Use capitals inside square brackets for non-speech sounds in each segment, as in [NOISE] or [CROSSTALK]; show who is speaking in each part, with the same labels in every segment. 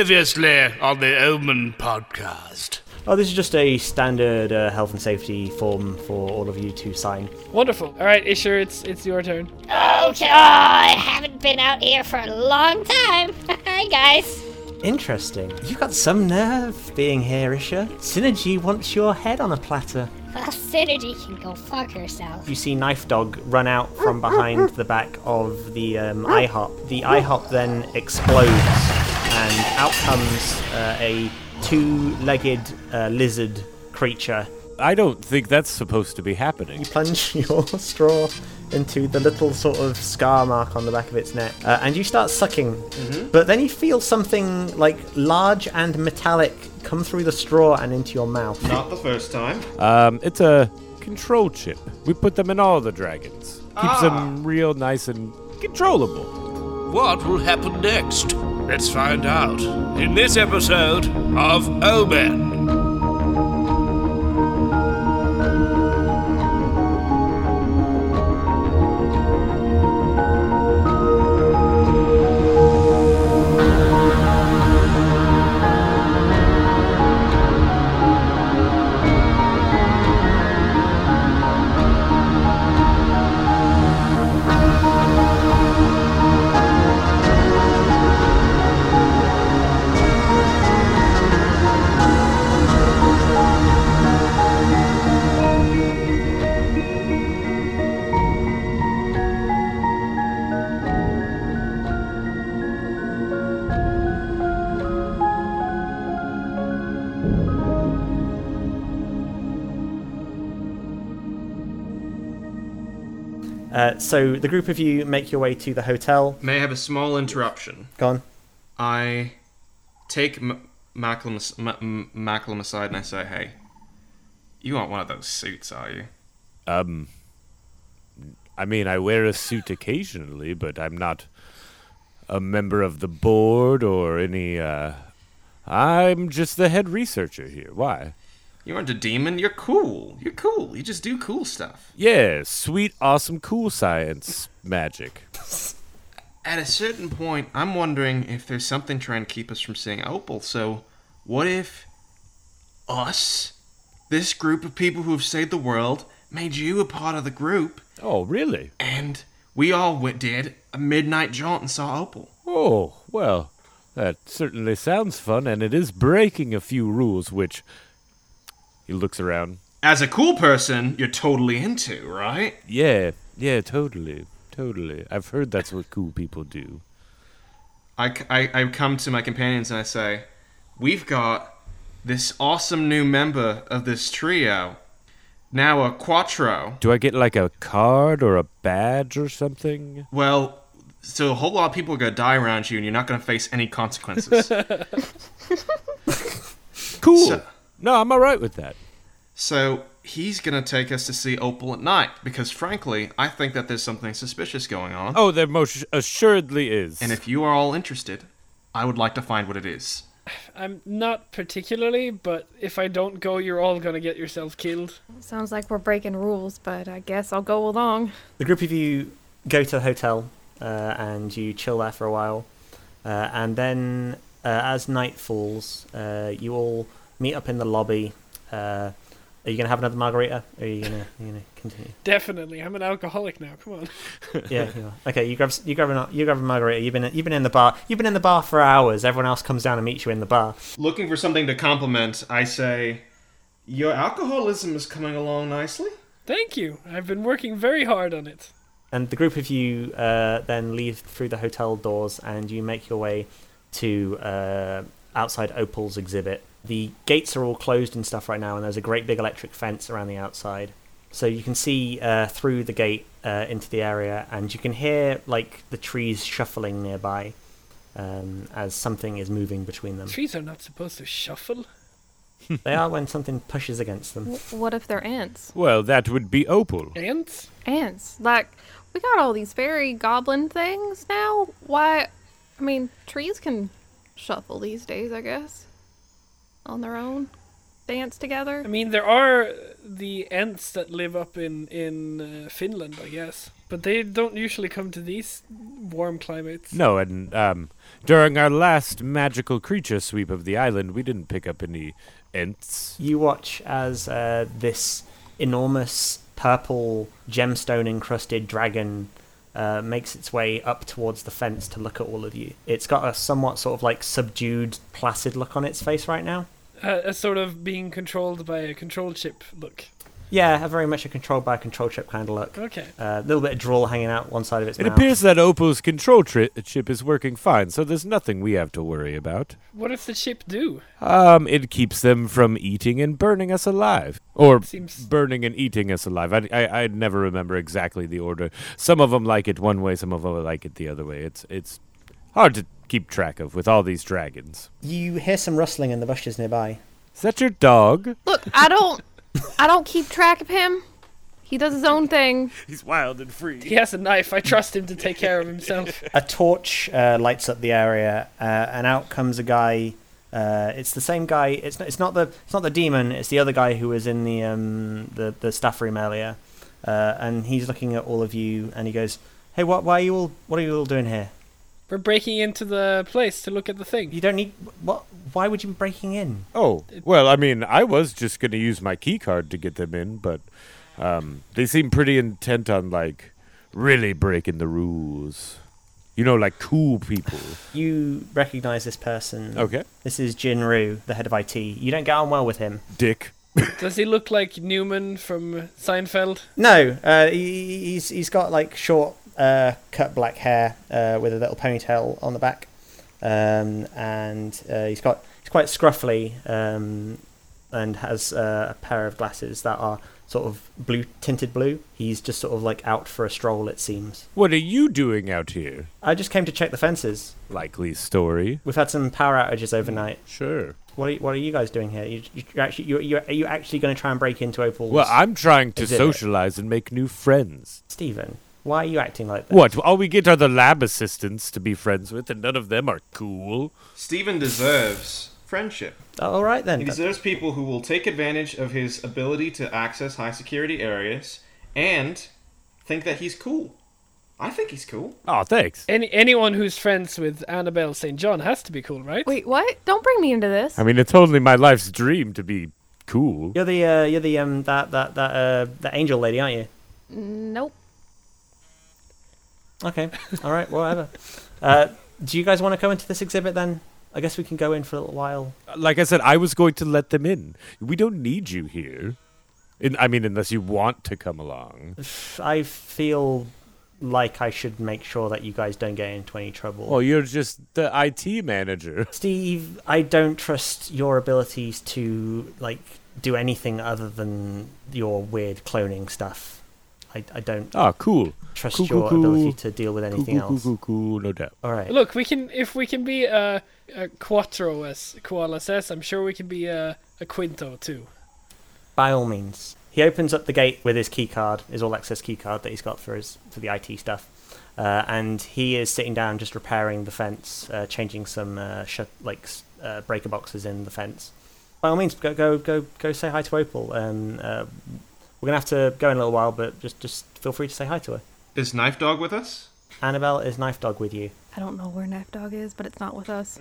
Speaker 1: Previously on the Omen podcast.
Speaker 2: Oh, this is just a standard uh, health and safety form for all of you to sign.
Speaker 3: Wonderful. All right, Isher, it's it's your turn.
Speaker 4: Okay, oh, I haven't been out here for a long time. [LAUGHS] Hi, guys.
Speaker 2: Interesting. You've got some nerve being here, Isha. Synergy wants your head on a platter.
Speaker 4: Well, Synergy can go fuck herself.
Speaker 2: You see Knife Dog run out from behind the back of the um, IHOP. The IHOP then explodes, and out comes uh, a two legged uh, lizard creature.
Speaker 5: I don't think that's supposed to be happening.
Speaker 2: You plunge [LAUGHS] your straw into the little sort of scar mark on the back of its neck, uh, and you start sucking. But then you feel something like large and metallic come through the straw and into your mouth.
Speaker 6: Not the first time.
Speaker 5: Um, it's a control chip. We put them in all the dragons. Keeps them real nice and controllable.
Speaker 1: What will happen next? Let's find out in this episode of Omen.
Speaker 2: Uh, so the group of you make your way to the hotel.
Speaker 6: May I have a small interruption?
Speaker 2: Gone.
Speaker 6: I take M- Macklem, as- M- M- Macklem aside and I say, hey, you aren't one of those suits, are you?
Speaker 5: Um, I mean, I wear a suit occasionally, but I'm not a member of the board or any. Uh, I'm just the head researcher here. Why?
Speaker 6: You aren't a demon. You're cool. You're cool. You just do cool stuff.
Speaker 5: Yeah, sweet, awesome, cool science magic.
Speaker 6: At a certain point, I'm wondering if there's something trying to keep us from seeing Opal. So, what if us, this group of people who have saved the world, made you a part of the group,
Speaker 5: Oh, really?
Speaker 6: and we all went did a midnight jaunt and saw Opal?
Speaker 5: Oh, well, that certainly sounds fun, and it is breaking a few rules, which. He looks around.
Speaker 6: As a cool person, you're totally into, right?
Speaker 5: Yeah, yeah, totally. Totally. I've heard that's what cool people do.
Speaker 6: I, I, I come to my companions and I say, We've got this awesome new member of this trio, now a quattro.
Speaker 5: Do I get like a card or a badge or something?
Speaker 6: Well, so a whole lot of people are going to die around you and you're not going to face any consequences.
Speaker 5: Cool.
Speaker 6: So-
Speaker 5: no, I'm all right with that.
Speaker 6: so he's going to take us to see Opal at night because, frankly, I think that there's something suspicious going on.
Speaker 5: Oh, there most assuredly is.
Speaker 6: And if you are all interested, I would like to find what it is.
Speaker 3: I'm not particularly, but if I don't go, you're all gonna get yourself killed.
Speaker 7: Sounds like we're breaking rules, but I guess I'll go along.
Speaker 2: The group of you go to the hotel uh, and you chill there for a while, uh, and then uh, as night falls, uh, you all meet up in the lobby. Uh, are you gonna have another margarita? Or are you gonna, you gonna continue?
Speaker 3: Definitely, I'm an alcoholic now. Come on.
Speaker 2: yeah, you are. Okay, you grab s- you grab an, you grab a margarita. You've been you've been in the bar. You've been in the bar for hours. Everyone else comes down and meets you in the bar.
Speaker 6: Looking for something to compliment, I say, Your alcoholism is coming along nicely.
Speaker 3: Thank you. I've been working very hard on it.
Speaker 2: And the group of you uh, then leave through the hotel doors and you make your way to uh, outside Opal's exhibit. The gates are all closed and stuff right now, and there's a great big electric fence around the outside. So you can see uh, through the gate uh, into the area, and you can hear like the trees shuffling nearby um, as something is moving between
Speaker 3: [LAUGHS]
Speaker 2: them.
Speaker 3: Trees are not supposed to shuffle.
Speaker 2: they are when something pushes against them.
Speaker 7: W- what if they're ants?
Speaker 5: well, that would be Opal.
Speaker 3: Ants?
Speaker 7: Ants. Like, we got all these fairy goblin things now. Why? I mean, trees can shuffle these days, I guess. On their own. Dance
Speaker 3: I
Speaker 7: together.
Speaker 3: mean, there are the ants that live up in in uh, Finland, I guess. But they don't usually come to these warm climates.
Speaker 5: No, and um, during our last magical creature sweep of the island, we didn't pick up any ents.
Speaker 2: You watch as uh, this enormous purple gemstone encrusted dragon uh, makes its way up towards the fence to look at all of you. It's got a somewhat sort of like subdued, placid look on its face right now.
Speaker 3: Uh, a sort of being controlled by a control chip look.
Speaker 2: Yeah, very much a controlled by a control chip kind of look. Uh,
Speaker 3: Okay.
Speaker 2: A little bit of drool hanging out one side of its
Speaker 5: It
Speaker 2: mouth.
Speaker 5: appears that Opal's control tri- chip is working fine, so there's nothing we have to worry about.
Speaker 3: What does the chip do?
Speaker 5: Um, it keeps them from eating and burning us alive, or
Speaker 3: Seems-
Speaker 5: burning and eating us alive. I, I I never remember exactly the order. Some of them like it one way, some of them like it the other way. It's it's hard to keep track of with all these dragons.
Speaker 2: You hear some rustling in the bushes nearby.
Speaker 5: Is that your dog?
Speaker 7: Look, I don't, I don't keep track of him. He does his own thing.
Speaker 5: He's wild and free.
Speaker 3: He has a knife. I trust him to take care of himself.
Speaker 2: a torch uh, lights up the area, uh, and out comes a guy. Uh, it's the same guy. It's not, it's not the it's not the demon. It's the other guy who was in the um, the the staff room earlier, uh, and he's looking at all of you, and he goes, "Hey, what? Why are you all? What are you all doing here?
Speaker 3: We're breaking into the place to look at the thing.
Speaker 2: You don't need what? Why would you be breaking in?
Speaker 5: Oh, well, I mean, I was just going to use my key card to get them in, but um, they seem pretty intent on, like, really breaking the rules. You know, like cool people.
Speaker 2: You recognize this person?
Speaker 5: Okay.
Speaker 2: This is Jinru, the head of IT. You don't get on well with him.
Speaker 5: Dick.
Speaker 3: Does he look like Newman from Seinfeld?
Speaker 2: No, uh, he, he's he's got like short, uh, cut black hair uh, with a little ponytail on the back, um, and uh, he's got he's quite scruffly um, and has uh, a pair of glasses that are sort of blue tinted blue. He's just sort of like out for a stroll, it seems.
Speaker 5: What are you doing out here?
Speaker 2: I just came to check the fences.
Speaker 5: Likely story.
Speaker 2: We've had some power outages overnight.
Speaker 5: Sure.
Speaker 2: What are, you- what are you guys doing here? You, you're actually you you are you actually going to try and break into Opal's?
Speaker 5: Well, I'm trying to
Speaker 2: Exhibit.
Speaker 5: socialize and make new friends.
Speaker 2: Stephen. Why are you acting like that?
Speaker 5: What? All we get are the lab assistants to be friends with, and none of them are cool.
Speaker 6: Steven deserves friendship.
Speaker 2: All right then.
Speaker 6: He deserves people who will take advantage of his ability to access high security areas and think that he's cool. I think he's cool.
Speaker 5: Oh, thanks.
Speaker 3: Any anyone who's friends with Annabelle St. John has to be cool, right?
Speaker 7: Wait, what? Don't bring me into this.
Speaker 5: I mean, it's only my life's dream to be cool.
Speaker 2: You're the uh, you're the um that that that uh that angel lady, aren't you?
Speaker 7: Nope.
Speaker 2: Okay, [LAUGHS] all right, whatever. Uh, do you guys want to go into this exhibit then? I guess we can go in for a little while.
Speaker 5: like I said, I was going to let them in. We don't need you here. In, I mean, unless you want to come along.
Speaker 2: I feel like I should make sure that you guys don't get into any trouble.
Speaker 5: Well, you're just the IT manager.
Speaker 2: Steve, I don't trust your abilities to like do anything other than your weird cloning stuff. I, I don't
Speaker 5: Ah, cool.
Speaker 2: trust
Speaker 5: Cool, cool,
Speaker 2: your
Speaker 5: cool.
Speaker 2: ability to deal with
Speaker 5: Cool,
Speaker 2: anything
Speaker 5: cool, cool,
Speaker 2: else.
Speaker 5: cool, cool, no doubt.
Speaker 2: All right.
Speaker 3: Look, we can if we can be a, a quattro as Koala says, I'm sure we can be a, a quinto too. [LAUGHS]
Speaker 2: by all means. He opens up the gate with his key card, his all access key card that he's got for his for the IT stuff, uh, and he is sitting down just repairing the fence, uh, changing some uh, shut like s- uh, breaker boxes in the fence. By all means, go go go go say hi to Opal. Um, uh, we're gonna have to go in a little while, but just just feel free to say hi to her.
Speaker 6: Is Knife Dog with us?
Speaker 2: Annabelle is knife dog with you. [LAUGHS]
Speaker 7: I don't know where Knife Dog is, but it's not with us.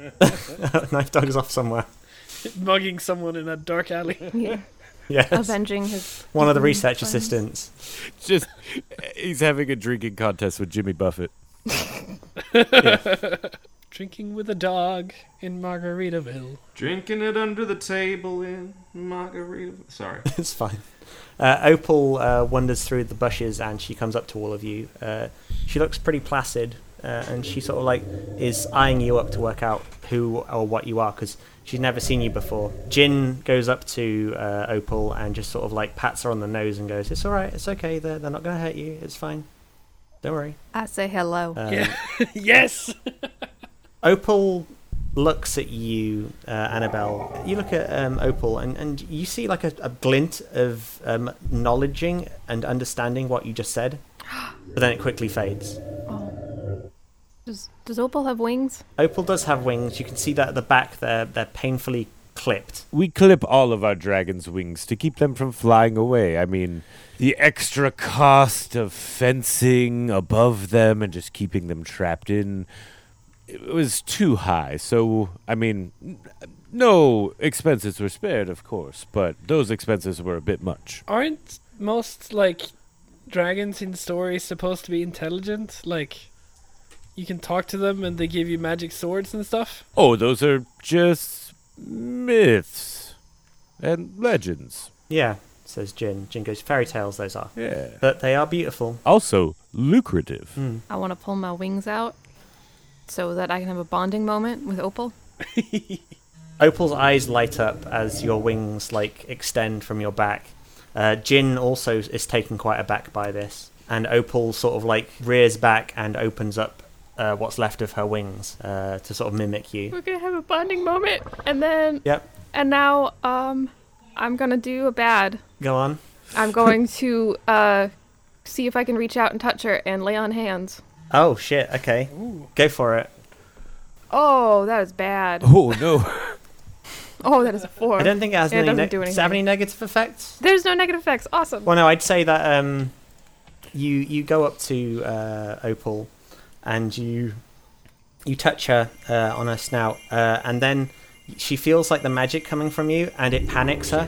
Speaker 2: knife dog is off somewhere. [LAUGHS]
Speaker 3: Mugging someone in a dark
Speaker 7: [LAUGHS]
Speaker 3: alley.
Speaker 7: Yeah.
Speaker 2: Yeah,
Speaker 7: Avenging his.
Speaker 2: one of the
Speaker 7: his
Speaker 2: research
Speaker 7: friends.
Speaker 2: assistants.
Speaker 5: Just, [LAUGHS] he's having a drinking contest with Jimmy Buffett.
Speaker 3: Drinking with a dog in Margaritaville.
Speaker 6: Drinking it under the table in margarita. Sorry.
Speaker 2: [LAUGHS] it's fine. Uh, Opal uh, wanders through the bushes and she comes up to all of you. Uh, she looks pretty placid uh, and she sort of like is eyeing you up to work out who or what you are because she's never seen you before. Jin goes up to uh, Opal and just sort of like pats her on the nose and goes, It's all right, it's okay, they're, they're not going to hurt you, it's fine. Don't worry.
Speaker 7: I say hello.
Speaker 2: Um,
Speaker 3: Yeah. yes.
Speaker 2: Opal looks at you, uh, Annabelle. You look at um, Opal, and, and you see like a, a glint of um, acknowledging and understanding what you just said, but then it quickly fades.
Speaker 7: Does, does Opal have wings?
Speaker 2: Opal does have wings. You can see that at the back they're they're painfully clipped.
Speaker 5: We clip all of our dragon's wings to keep them from flying away. I mean, the extra cost of fencing above them and just keeping them trapped in it was too high. So, I mean, n- no expenses were spared, of course, but those expenses were a bit much.
Speaker 3: Aren't most like dragons in stories supposed to be intelligent? Like you can talk to them and they give you magic swords and stuff.
Speaker 5: Oh, those are just myths and legends.
Speaker 2: Yeah, says Jin. Jin goes, fairy tales those are.
Speaker 5: Yeah.
Speaker 2: But they are beautiful.
Speaker 5: Also lucrative.
Speaker 7: I want to pull my wings out so that I can have a bonding moment with Opal.
Speaker 2: Opal's eyes light up as your wings like extend from your back. Uh, Jin also is taken quite aback by this, and Opal sort of like rears back and opens up uh, what's left of her wings uh, to sort of mimic you.
Speaker 7: We're gonna have a bonding moment, and then
Speaker 2: Yep,
Speaker 7: and now um, I'm gonna do a bad.
Speaker 2: go on.
Speaker 7: [LAUGHS] I'm going to uh, see if I can reach out and touch her and lay on hands.
Speaker 2: Oh shit, okay. Go for it.
Speaker 7: Oh, that is bad.
Speaker 5: Oh, no.
Speaker 7: Oh, that is a four.
Speaker 2: I don't think it has,
Speaker 7: Yeah, it
Speaker 2: any,
Speaker 7: doesn't
Speaker 2: neg-
Speaker 7: do
Speaker 2: does it have
Speaker 7: anything.
Speaker 2: any negative effects.
Speaker 7: There's no negative effects. Awesome.
Speaker 2: Well, no, I'd say that um, you you go up to uh, Opal and you you touch her uh, on her snout, uh, and then she feels like the magic coming from you, and it panics her,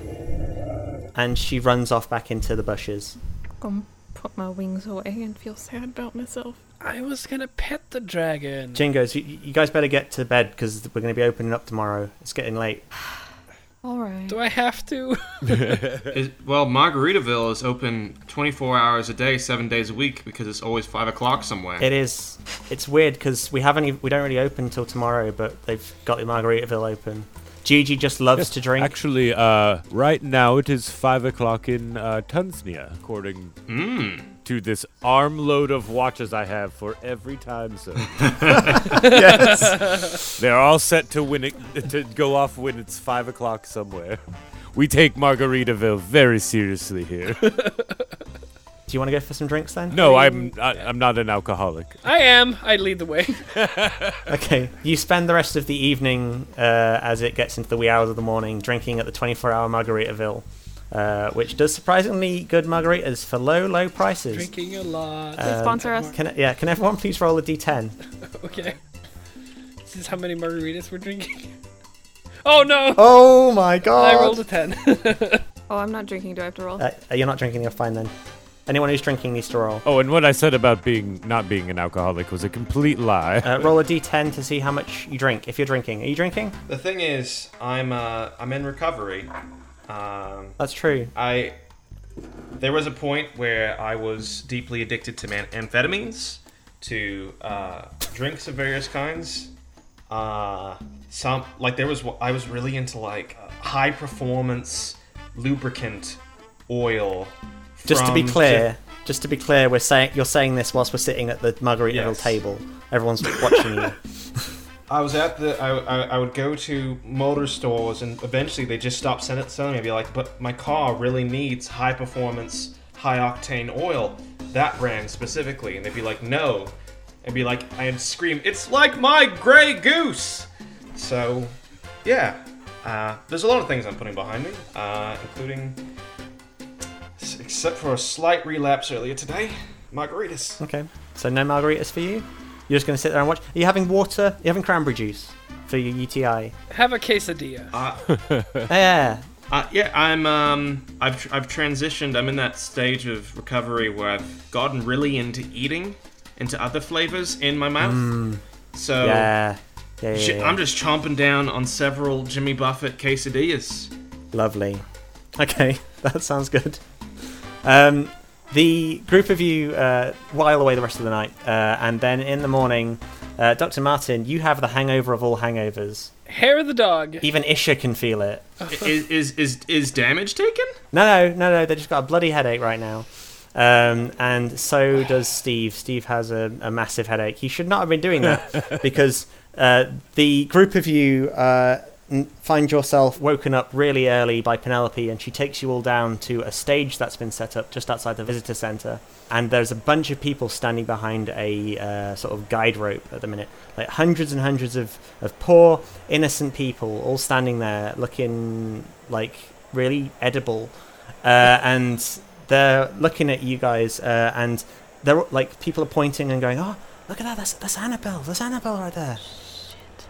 Speaker 2: and she runs off back into the bushes.
Speaker 7: Um, put my wings away and feel sad about myself.
Speaker 3: I was gonna pet the dragon.
Speaker 2: Jingos, you, you guys better get to bed because we're going to be opening up tomorrow. It's getting late.
Speaker 7: All right.
Speaker 3: Do I have to?
Speaker 6: [LAUGHS]
Speaker 3: [LAUGHS]
Speaker 6: Is, well, Margaritaville is open 24 hours a day, seven days a week, because it's always five o'clock somewhere.
Speaker 2: It is. It's weird because we haven't. ev- We don't really open until tomorrow, but they've got the Margaritaville open. Gigi just loves to drink.
Speaker 5: Actually, uh, right now it is five o'clock in uh, Tanzania, according to this armload of watches I have for every time zone. yes, they're all set to when it to go off when it's five o'clock somewhere. We take Margaritaville very seriously here.
Speaker 2: Do you want to go for some drinks then?
Speaker 5: No, I'm I, I'm not an alcoholic.
Speaker 3: I am. I lead the way.
Speaker 2: Okay, you spend the rest of the evening uh, as it gets into the wee hours of the morning drinking at the 24 hour Margaritaville, uh, which does surprisingly good margaritas for low, low prices. Um,
Speaker 3: Drinking a lot.
Speaker 7: Please sponsor us.
Speaker 2: Uh, Can, yeah, can everyone please roll a d10?
Speaker 3: Okay. This is how many margaritas we're drinking. [LAUGHS] Oh no!
Speaker 2: Oh my
Speaker 3: I
Speaker 2: god!
Speaker 3: rolled a ten. [LAUGHS]
Speaker 7: Oh, I'm not drinking. Do I have to roll?
Speaker 2: uh, you're not drinking, you're fine then. Anyone who's drinking needs to roll.
Speaker 5: Oh, and what I said about being not being an alcoholic was a complete lie.
Speaker 2: Uh, roll a d10 to see how much you drink, if you're drinking. Are you drinking?
Speaker 6: The thing is, I'm uh, I'm in recovery. Um,
Speaker 2: That's true.
Speaker 6: I there was a point where I was deeply addicted to man- amphetamines, to uh, drinks of various kinds. Uh, some like there was I was really into like high performance lubricant oil.
Speaker 2: Just to be
Speaker 6: from
Speaker 2: clear, just to be clear, we're saying you're saying this whilst we're sitting at the Margaritaville
Speaker 6: Yes.
Speaker 2: table. Everyone's watching
Speaker 6: [LAUGHS]
Speaker 2: you.
Speaker 6: I was at the. I, I, I would go to motor stores, and eventually they just stopped sell- selling. I'd be like, but my car really needs high performance, high octane oil, that brand specifically. And they'd be like, no. And be like, I'd scream, it's like my gray goose. So, yeah. Uh, there's a lot of things I'm putting behind me, uh, including, s- except for a slight relapse earlier today, margaritas.
Speaker 2: Okay. So no margaritas for you? You're just going to sit there and watch? Are you having water? Are you having cranberry juice for your UTI?
Speaker 3: Have a quesadilla.
Speaker 2: yeah.
Speaker 6: Uh, yeah, I'm. Um, I've I've transitioned. I'm in that stage of recovery where I've gotten really into eating, into other flavors in my mouth. So
Speaker 2: Yeah. Yeah, yeah,
Speaker 6: sh-
Speaker 2: yeah.
Speaker 6: Oh. I'm just chomping down on several Jimmy Buffett [LAUGHS] quesadillas.
Speaker 2: Lovely. Okay, [LAUGHS] that sounds good. Um, the group of you uh, while away the rest of the night, uh, and then in the morning, uh, Dr. Martin, you have the hangover of all hangovers.
Speaker 3: Hair of the dog.
Speaker 2: Even Isha can feel it.
Speaker 6: I- is, is is is damage taken?
Speaker 2: No, no, no, no. They just got a bloody headache right now, um, and so does Steve. Steve has a, a massive headache. He should not have been doing that because uh, the group of you uh, and find yourself woken up really early by Penelope, and she takes you all down to a stage that's been set up just outside the visitor center. And there's a bunch of people standing behind a uh, sort of guide rope at the minute, like hundreds and hundreds of, of poor, innocent people all standing there looking like really edible. Uh, and they're looking at you guys, uh, and they're like, people are pointing and going, Oh, look at that, that's, that's Annabelle, that's Annabelle right there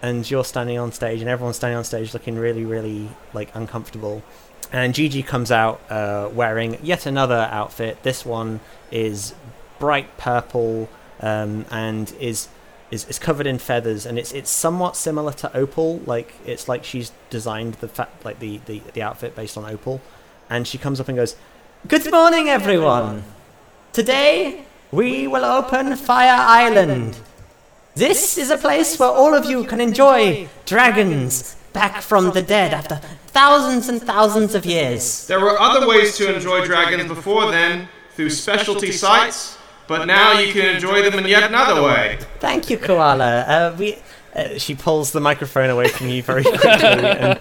Speaker 2: and you're standing on stage and everyone's standing on stage looking really really like uncomfortable and Gigi comes out uh, wearing yet another outfit this one is bright purple um, and is, is is covered in feathers and it's it's somewhat similar to Opal like it's like she's designed the fa- like the, the the outfit based on Opal and she comes up and goes good morning everyone today we will open Fire Island this is a place where all of you can enjoy dragons back from the dead after thousands and thousands of years.
Speaker 6: There were other ways to enjoy dragons before then, through specialty sites, but now you can enjoy them in yet another way.
Speaker 2: Thank you, Koala. Uh, we, uh, she pulls the microphone away from you very quickly and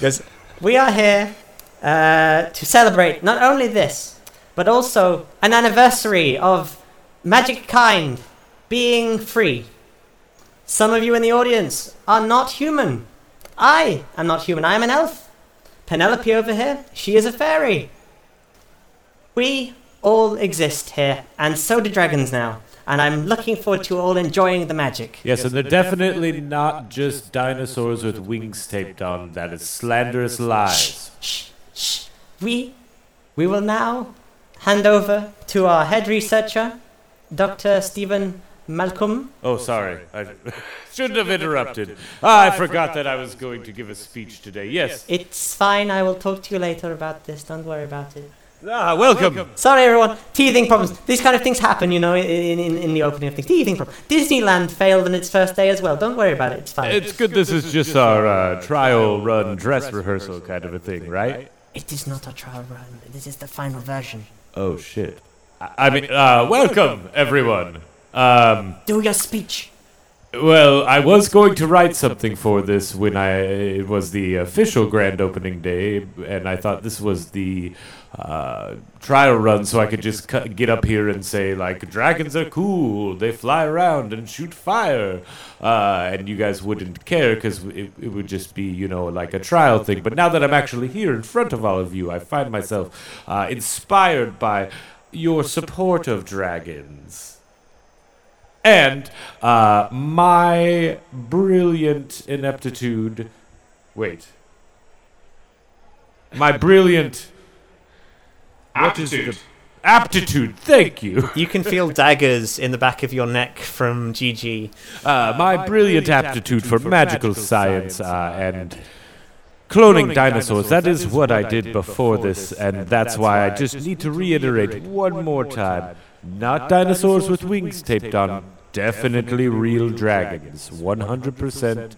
Speaker 2: goes, We are here uh, to celebrate not only this, but also an anniversary of Magic Kind being free. Some of you in the audience are not human. I am not human, I am an elf. Penelope over here, she is a fairy. We all exist here, and so do dragons now. And I'm looking forward to all enjoying the magic.
Speaker 5: Yes, and they're definitely not just dinosaurs with wings taped on. That is slanderous lies.
Speaker 2: Shh, shh. We, we will now hand over to our head researcher, Dr. Stephen Malcolm.
Speaker 5: Oh, sorry. [LAUGHS] I shouldn't have interrupted. Ah, I forgot that I was going to give a speech today. Yes.
Speaker 2: It's fine. I will talk to you later about this. Don't worry about it.
Speaker 5: Ah, welcome.
Speaker 2: Sorry, everyone. Teething problems. These kind of things happen, you know, in, in, in the opening of things. Teething problems. Disneyland failed on its first day as well. Don't worry about it. It's fine.
Speaker 5: It's good this is just our uh, trial run dress rehearsal kind of a thing, right?
Speaker 2: It is not a trial run. This is the final version.
Speaker 5: Oh, shit. I I mean, uh, welcome, everyone. Um,
Speaker 2: Do your speech.
Speaker 5: Well, I was going to write something for this when I it was the official grand opening day, and I thought this was the uh, trial run, so I could just cu- get up here and say like, "Dragons are cool. They fly around and shoot fire," uh, and you guys wouldn't care because it, it would just be you know like a trial thing. But now that I'm actually here in front of all of you, I find myself uh, inspired by your support of dragons. And uh, my brilliant ineptitude. Wait. My brilliant. What is it?
Speaker 6: Aptitude.
Speaker 5: Aptitude, thank you.
Speaker 2: You can feel daggers in the back of your neck from Gigi.
Speaker 5: Uh, my brilliant aptitude for magical science uh, and cloning dinosaurs. That is what I did before this, and that's why I just need to reiterate one more time. Not dinosaurs with wings taped on, definitely real dragons. 100%.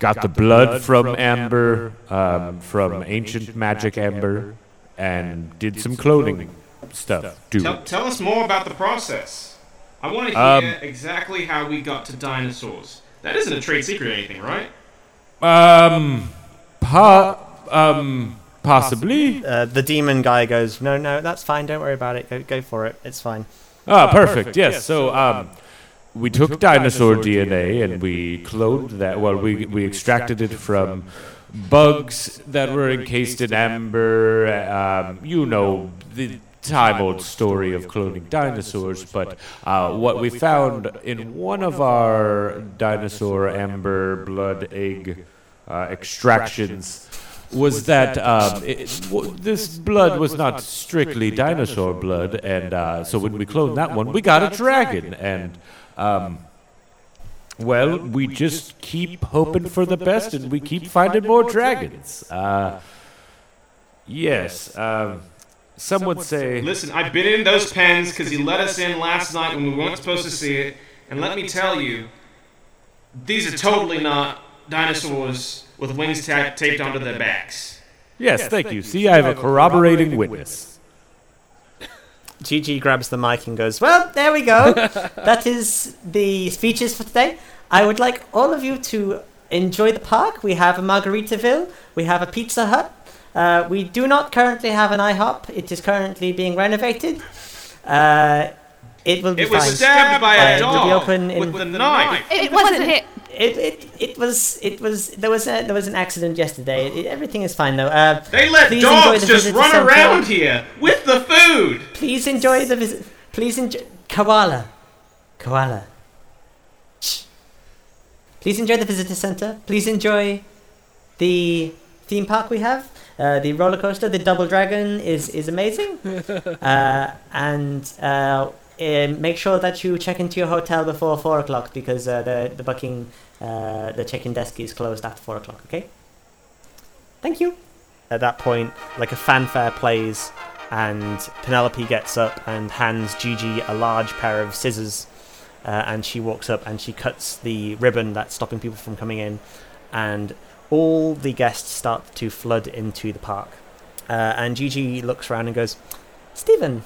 Speaker 5: Got the blood from amber, um, from ancient magic amber, and did some cloning stuff. Dude.
Speaker 6: Tell, tell us more about the process. I want to
Speaker 5: Um,
Speaker 6: hear exactly how we got to dinosaurs. That isn't a trade secret or anything, right?
Speaker 5: Um, pa- um, possibly?
Speaker 2: Uh, the demon guy goes, No, no, that's fine. Don't worry about it. Go, go for it. It's fine.
Speaker 5: Ah, perfect. Yes. So, um, we took dinosaur DNA and we cloned that. Well, we we extracted it from bugs that were encased in amber. Um, you know the time-old story of cloning dinosaurs. But uh, what we found in one of our dinosaur amber blood egg uh, extractions was that um, it, w- this blood was not strictly dinosaur blood, and uh, so when we cloned that one, we got a dragon. And um, well, we just keep hoping for the best, and we keep finding more dragons. Uh, yes, um, some would say.
Speaker 6: Listen, I've been in those pens because he let us in last night when we weren't supposed to see it. And let me tell you, these are totally not dinosaurs with wings ta- taped onto their backs.
Speaker 5: Yes, thank you. See, I have a corroborating witness.
Speaker 2: Gigi grabs the mic and goes, Well, there we go. that is the speeches for today. I would like all of you to
Speaker 8: enjoy the park. We have a Margaritaville. We have a Pizza Hut. Uh, we do not currently have an IHOP. It is currently being renovated. Uh, it will be
Speaker 6: It was
Speaker 8: fine.
Speaker 6: stabbed by
Speaker 8: Uh,
Speaker 6: a
Speaker 8: it will
Speaker 6: dog
Speaker 8: be open in-
Speaker 6: with a knife.
Speaker 2: [LAUGHS]
Speaker 7: It, wasn't hit.
Speaker 8: It, it, it was it was there was a, there was an accident yesterday. It- everything is fine though. Uh,
Speaker 6: They let
Speaker 8: please enjoy
Speaker 6: dogs
Speaker 8: the
Speaker 6: just
Speaker 8: visit to
Speaker 6: run
Speaker 8: Central.
Speaker 6: around here with the food.
Speaker 8: Please enjoy the visit. Please enjoy. Koala. Koala. Shh. Please enjoy the visitor center. Please enjoy the theme park we have. Uh, the roller coaster, the Double Dragon, is, is amazing. uh, and uh, eh, make sure that you check into your hotel before 4 o'clock because uh, the, the booking, uh, the check in desk is closed after 4 o'clock, okay? Thank you.
Speaker 2: At that point, like a fanfare plays, and Penelope gets up and hands Gigi a large pair of scissors. Uh, and she walks up and she cuts the ribbon that's stopping people from coming in. And all the guests start to flood into the park. Uh, and Gigi looks around and goes, Stephen,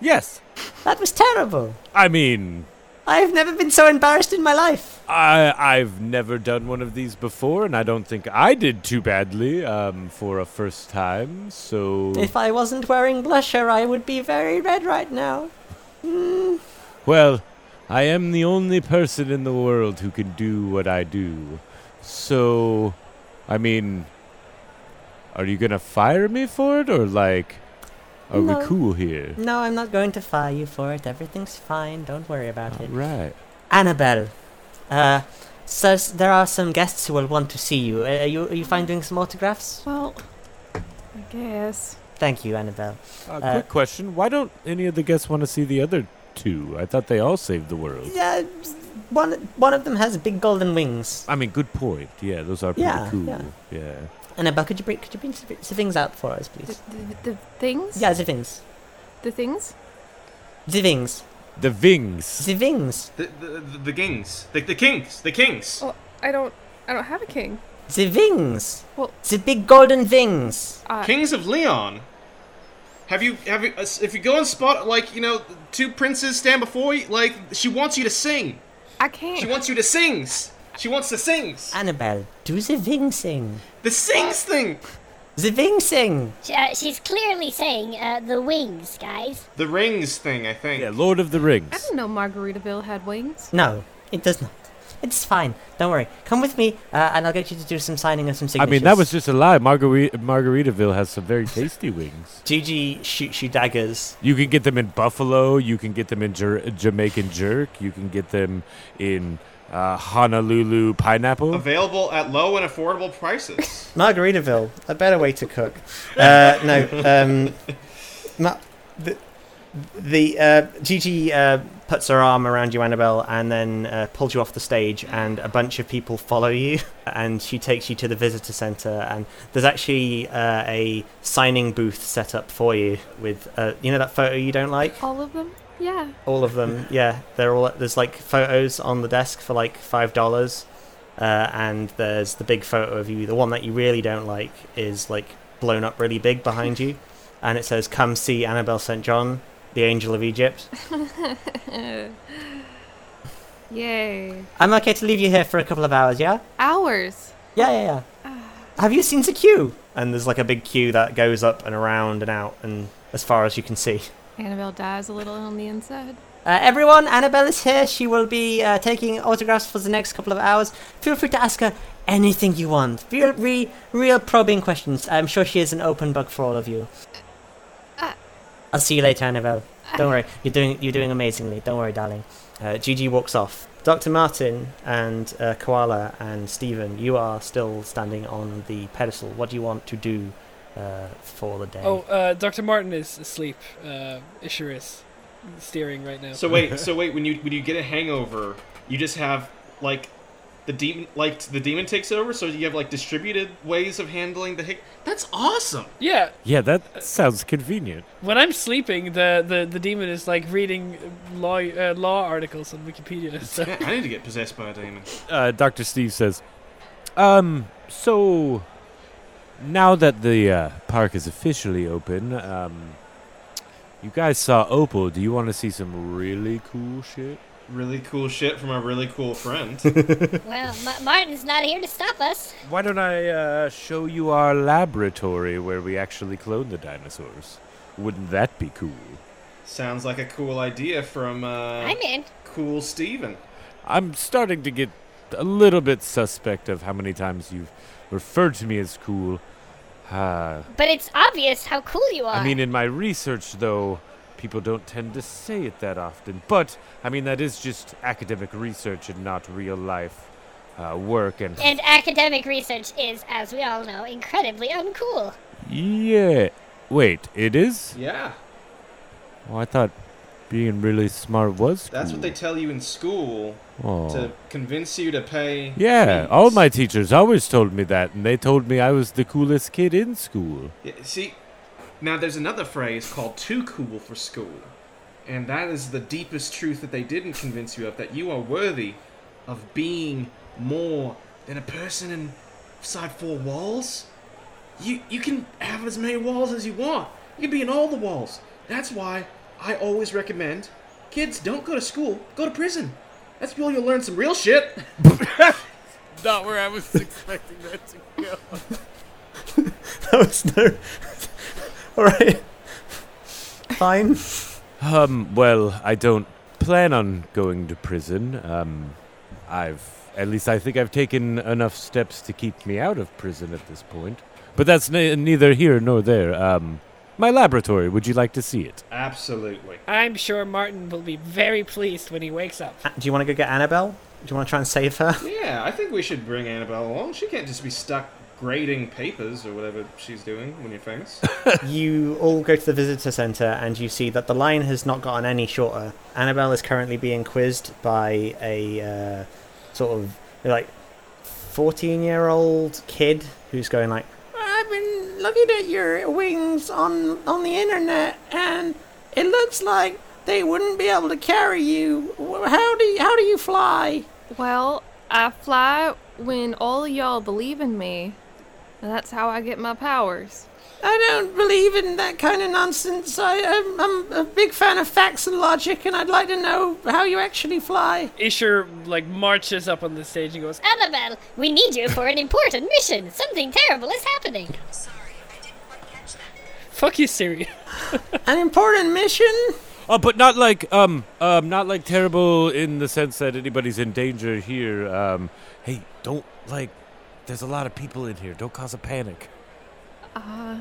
Speaker 5: Yes.
Speaker 8: that was terrible.
Speaker 5: I mean,
Speaker 8: I've never been so embarrassed in my life.
Speaker 5: I I've never done one of these before, and I don't think I did too badly um, for a first time. So
Speaker 8: [LAUGHS] If I wasn't wearing blusher, I would be very red right now. Hmm,
Speaker 5: Well, I am the only person in the world who can do what I do. So, I mean, are you gonna fire me for it, or like, are
Speaker 8: No.
Speaker 5: we cool here?
Speaker 8: No, I'm not going to fire you for it. Everything's fine. Don't worry about
Speaker 5: All
Speaker 8: it.
Speaker 5: right.
Speaker 8: Annabelle, uh, says there are some guests who will want to see you. Uh, are you are you fine doing some autographs?
Speaker 7: Well, I guess.
Speaker 8: Thank you, Annabelle.
Speaker 5: Uh, quick question: Why don't any of the guests want to see the other two? I thought they all saved the world.
Speaker 8: Yeah, one one of them has big golden wings.
Speaker 5: I mean, good point. Yeah, those are pretty
Speaker 8: Yeah,
Speaker 5: cool.
Speaker 8: yeah.
Speaker 5: yeah.
Speaker 8: Annabelle, could you bring could you bring the things out for us,
Speaker 7: The,
Speaker 8: please?
Speaker 7: the, the things?
Speaker 8: Yeah, the things.
Speaker 7: The things?
Speaker 8: The things.
Speaker 5: The Vings.
Speaker 8: The things.
Speaker 6: The the, the, the kings, the, the kings, the kings.
Speaker 7: Well, I don't. I don't have a king.
Speaker 8: The wings.
Speaker 7: Well-
Speaker 8: The big golden wings.
Speaker 7: Uh,
Speaker 6: Kings of Leon. Have you have you? uh, If you go and spot like you know two princes stand before you, like she wants you to sing.
Speaker 7: I
Speaker 6: She
Speaker 7: can't.
Speaker 6: wants you to sings. She wants the sings.
Speaker 8: Annabelle, do the wing sing.
Speaker 6: The sings thing.
Speaker 8: The wing sing.
Speaker 4: Sh- uh, she's clearly saying uh, the wings,
Speaker 7: [LAUGHS]
Speaker 4: guys.
Speaker 6: The rings thing, I think.
Speaker 5: Yeah, Lord of the Rings.
Speaker 7: I didn't know Margaritaville had wings.
Speaker 8: No, it does not. It's fine. Don't worry. Come with me, uh, and I'll get you to do some signing of some
Speaker 5: I
Speaker 8: signatures.
Speaker 5: mean, that was just a lie. Margarita Margaritaville has some very tasty wings.
Speaker 2: Gigi shoots you daggers.
Speaker 5: You can get them in Buffalo. You can get them in Jer- Jamaican jerk. You can get them in uh, Honolulu pineapple.
Speaker 6: Available at low and affordable
Speaker 8: [LAUGHS]
Speaker 6: prices.
Speaker 2: Margaritaville, a better way to cook. Uh, no, um, ma- the, the uh, Gigi uh, puts her arm around you, Annabelle, and then uh, pulls you off the stage, and a bunch of people follow you, [LAUGHS] and she takes you to the visitor centre, and there's actually uh, a signing booth set up for you with, uh, you know, that photo you don't like.
Speaker 7: All of them? Yeah.
Speaker 2: All of them, yeah. They're all there's like photos on the desk for like five dollars, uh, and there's the big photo of you. The one that you really don't like is like blown up really big behind you, and it says, "Come see Annabelle St. John, the Angel of Egypt."
Speaker 7: Yay.
Speaker 8: I'm okay to leave you here for a couple of hours, yeah?
Speaker 7: Hours.
Speaker 8: Yeah, yeah, yeah. Have you seen the queue?
Speaker 2: And there's like a big queue that goes up and around and out and as far as you can see.
Speaker 7: Annabelle dies a little on the inside.
Speaker 8: Uh, everyone, Annabelle is here. She will be uh, taking autographs for the next couple of hours. Feel free to ask her anything you want. Real, re, real probing questions. I'm sure she is an open book for all of you.
Speaker 7: Uh,
Speaker 8: I'll see you later, Annabelle. Don't worry, you're doing you're doing amazingly. Don't worry, darling.
Speaker 2: Uh, Gigi walks off. Dr. Martin and uh, Koala and Stephen, you are still standing on the pedestal. What do you want to do uh, for the day?
Speaker 3: Oh, uh, Dr. Martin is asleep. Uh, it sure is. Steering right now.
Speaker 6: So wait, so wait. When you when you get a hangover, you just have like the demon, like the demon takes over. So you have like distributed ways of handling the hic. That's awesome.
Speaker 3: yeah,
Speaker 5: Yeah, that sounds convenient.
Speaker 3: when I'm sleeping, the, the, the demon is like reading law uh, law articles on Wikipedia. [LAUGHS] So.
Speaker 6: Yeah, I need to get possessed by a demon.
Speaker 5: Uh, Dr. Steve says, um, so now that the uh, park is officially open, um, you guys saw Opal. Do you want to see some really cool shit?
Speaker 6: really cool shit from a really cool friend.
Speaker 4: Well, M- Martin's not here to stop us.
Speaker 5: Why don't I uh, show you our laboratory where we actually clone the dinosaurs? Wouldn't that be cool?
Speaker 6: Sounds like a cool idea from uh,
Speaker 4: I'm in.
Speaker 6: Cool Steven.
Speaker 5: I'm starting to get a little bit suspect of how many times you've referred to me as cool. Uh,
Speaker 4: But it's obvious how cool you are.
Speaker 5: I mean, in my research, though, people don't tend to say it that often. But, I mean, that is just academic research and not real life uh, work. And,
Speaker 4: and academic research is, as we all know, incredibly uncool.
Speaker 5: yeah. Wait, it is?
Speaker 6: Yeah,
Speaker 5: Oh, I thought being really smart was.
Speaker 6: that's what they
Speaker 5: cool.
Speaker 6: tell you in school
Speaker 5: Oh.
Speaker 6: to convince you to pay.
Speaker 5: Yeah,
Speaker 6: fees.
Speaker 5: all my teachers always told me that, and they told me I was the coolest kid in school.
Speaker 6: Yeah, see, now there's another phrase called "too cool for school," and that is the deepest truth that they didn't convince you of that you are worthy of being more than a person inside four walls. You you can have as many walls as you want. You can be in all the walls. That's why I always recommend kids don't go to school, go to prison. That's where you'll learn some real shit.
Speaker 9: Not where I was expecting that to go.
Speaker 2: That was no. All right. Fine.
Speaker 5: Um, well, I don't plan on going to prison. Um, I've, at least I think I've taken enough steps to keep me out of prison at this point. But that's ne- neither here nor there. Um, my laboratory, would you like to see it?
Speaker 6: Absolutely.
Speaker 3: I'm sure Martin will be very pleased when he wakes up.
Speaker 2: Uh, [LAUGHS] Do you want to go get Annabelle? Do you want to try and save her?
Speaker 6: Yeah, I think we should bring Annabelle along. She can't just be stuck grading papers or whatever she's doing when you're famous.
Speaker 2: you all go to the visitor center and you see that the line has not gotten any shorter. Annabelle is currently being quizzed by a uh, sort of like 14 year old kid who's going like I've been looking at your wings on on the internet and it looks like they wouldn't be able to carry you. How do you, how do you fly?
Speaker 7: Well, I fly when all of y'all believe in me. And that's how I get my powers.
Speaker 2: I don't believe in that kind of nonsense. I, I'm, I'm a big fan of facts and logic, and I'd like to know how you actually fly.
Speaker 3: Isher like marches up on the stage and goes,
Speaker 4: Annabelle, we need you for an important mission. Something terrible is happening.
Speaker 3: "Fuck you, Siri." [LAUGHS]
Speaker 2: An important mission?
Speaker 5: Oh, but not like um um not like terrible in the sense that anybody's in danger here. Um, hey, don't like. There's a lot of people in here. Don't cause a panic.
Speaker 7: Uh,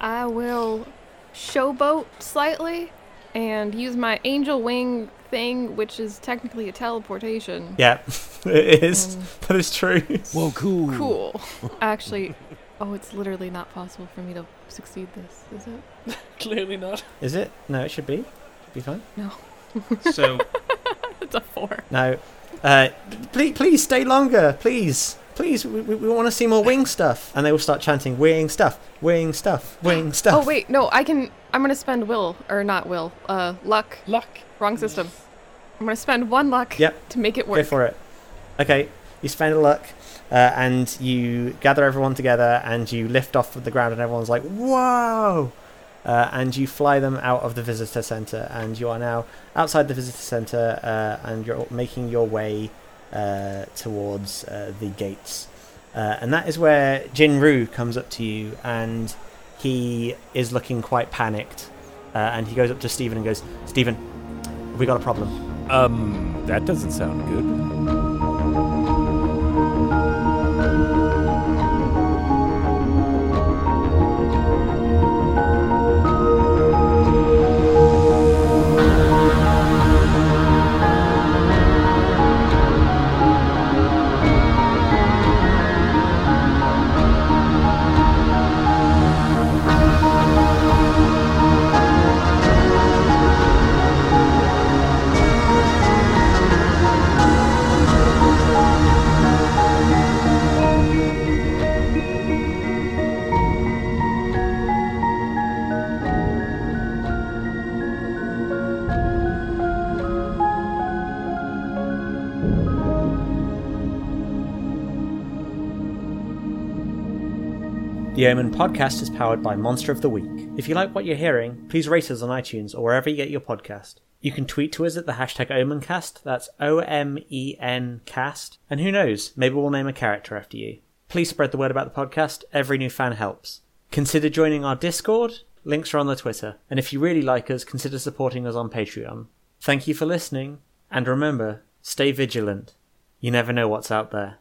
Speaker 7: I will showboat slightly and use my angel wing thing, which is technically a teleportation.
Speaker 2: Yeah, [LAUGHS] it is. That is true.
Speaker 5: Whoa, cool.
Speaker 7: [LAUGHS] Cool. Actually, oh, it's literally not possible for me to succeed this, is it? [LAUGHS]
Speaker 3: Clearly not.
Speaker 2: Is it? No, it should be. Should be fine.
Speaker 6: so
Speaker 7: It's a four.
Speaker 2: No. Uh, please, please stay longer. Please. Please, we, we, we want to see more wing stuff. And they will start chanting, wing stuff, wing stuff, wing
Speaker 7: Oh
Speaker 2: stuff.
Speaker 7: wait, no, I can. I'm gonna spend will or not will. Uh, luck.
Speaker 3: Luck.
Speaker 7: Wrong system. I'm gonna spend one luck.
Speaker 2: Yep.
Speaker 7: To make it
Speaker 2: Go
Speaker 7: work.
Speaker 2: for it. Okay, you spend a luck, uh, and you gather everyone together, and you lift off of the ground, and everyone's like, "Whoa!" Uh, and you fly them out of the visitor center, and you are now outside the visitor center, uh, and you're making your way uh, towards uh, the gates. Uh, and that is where Jinru comes up to you, and he is looking quite panicked. Uh, and he goes up to Stephen and goes, "Stephen, we got a problem."
Speaker 5: Um, that doesn't sound good.
Speaker 2: The Omen podcast is powered by Monster of the Week. If you like what you're hearing, please rate us on iTunes or wherever you get your podcast. You can tweet to us at the hashtag OmenCast. That's O M E N cast. And who knows, maybe we'll name a character after you. Please spread the word about the podcast. Every new fan helps. Consider joining our Discord. Links are on the Twitter. And if you really like us, consider supporting us on Patreon. Thank you for listening. And remember, stay vigilant. You never know what's out there.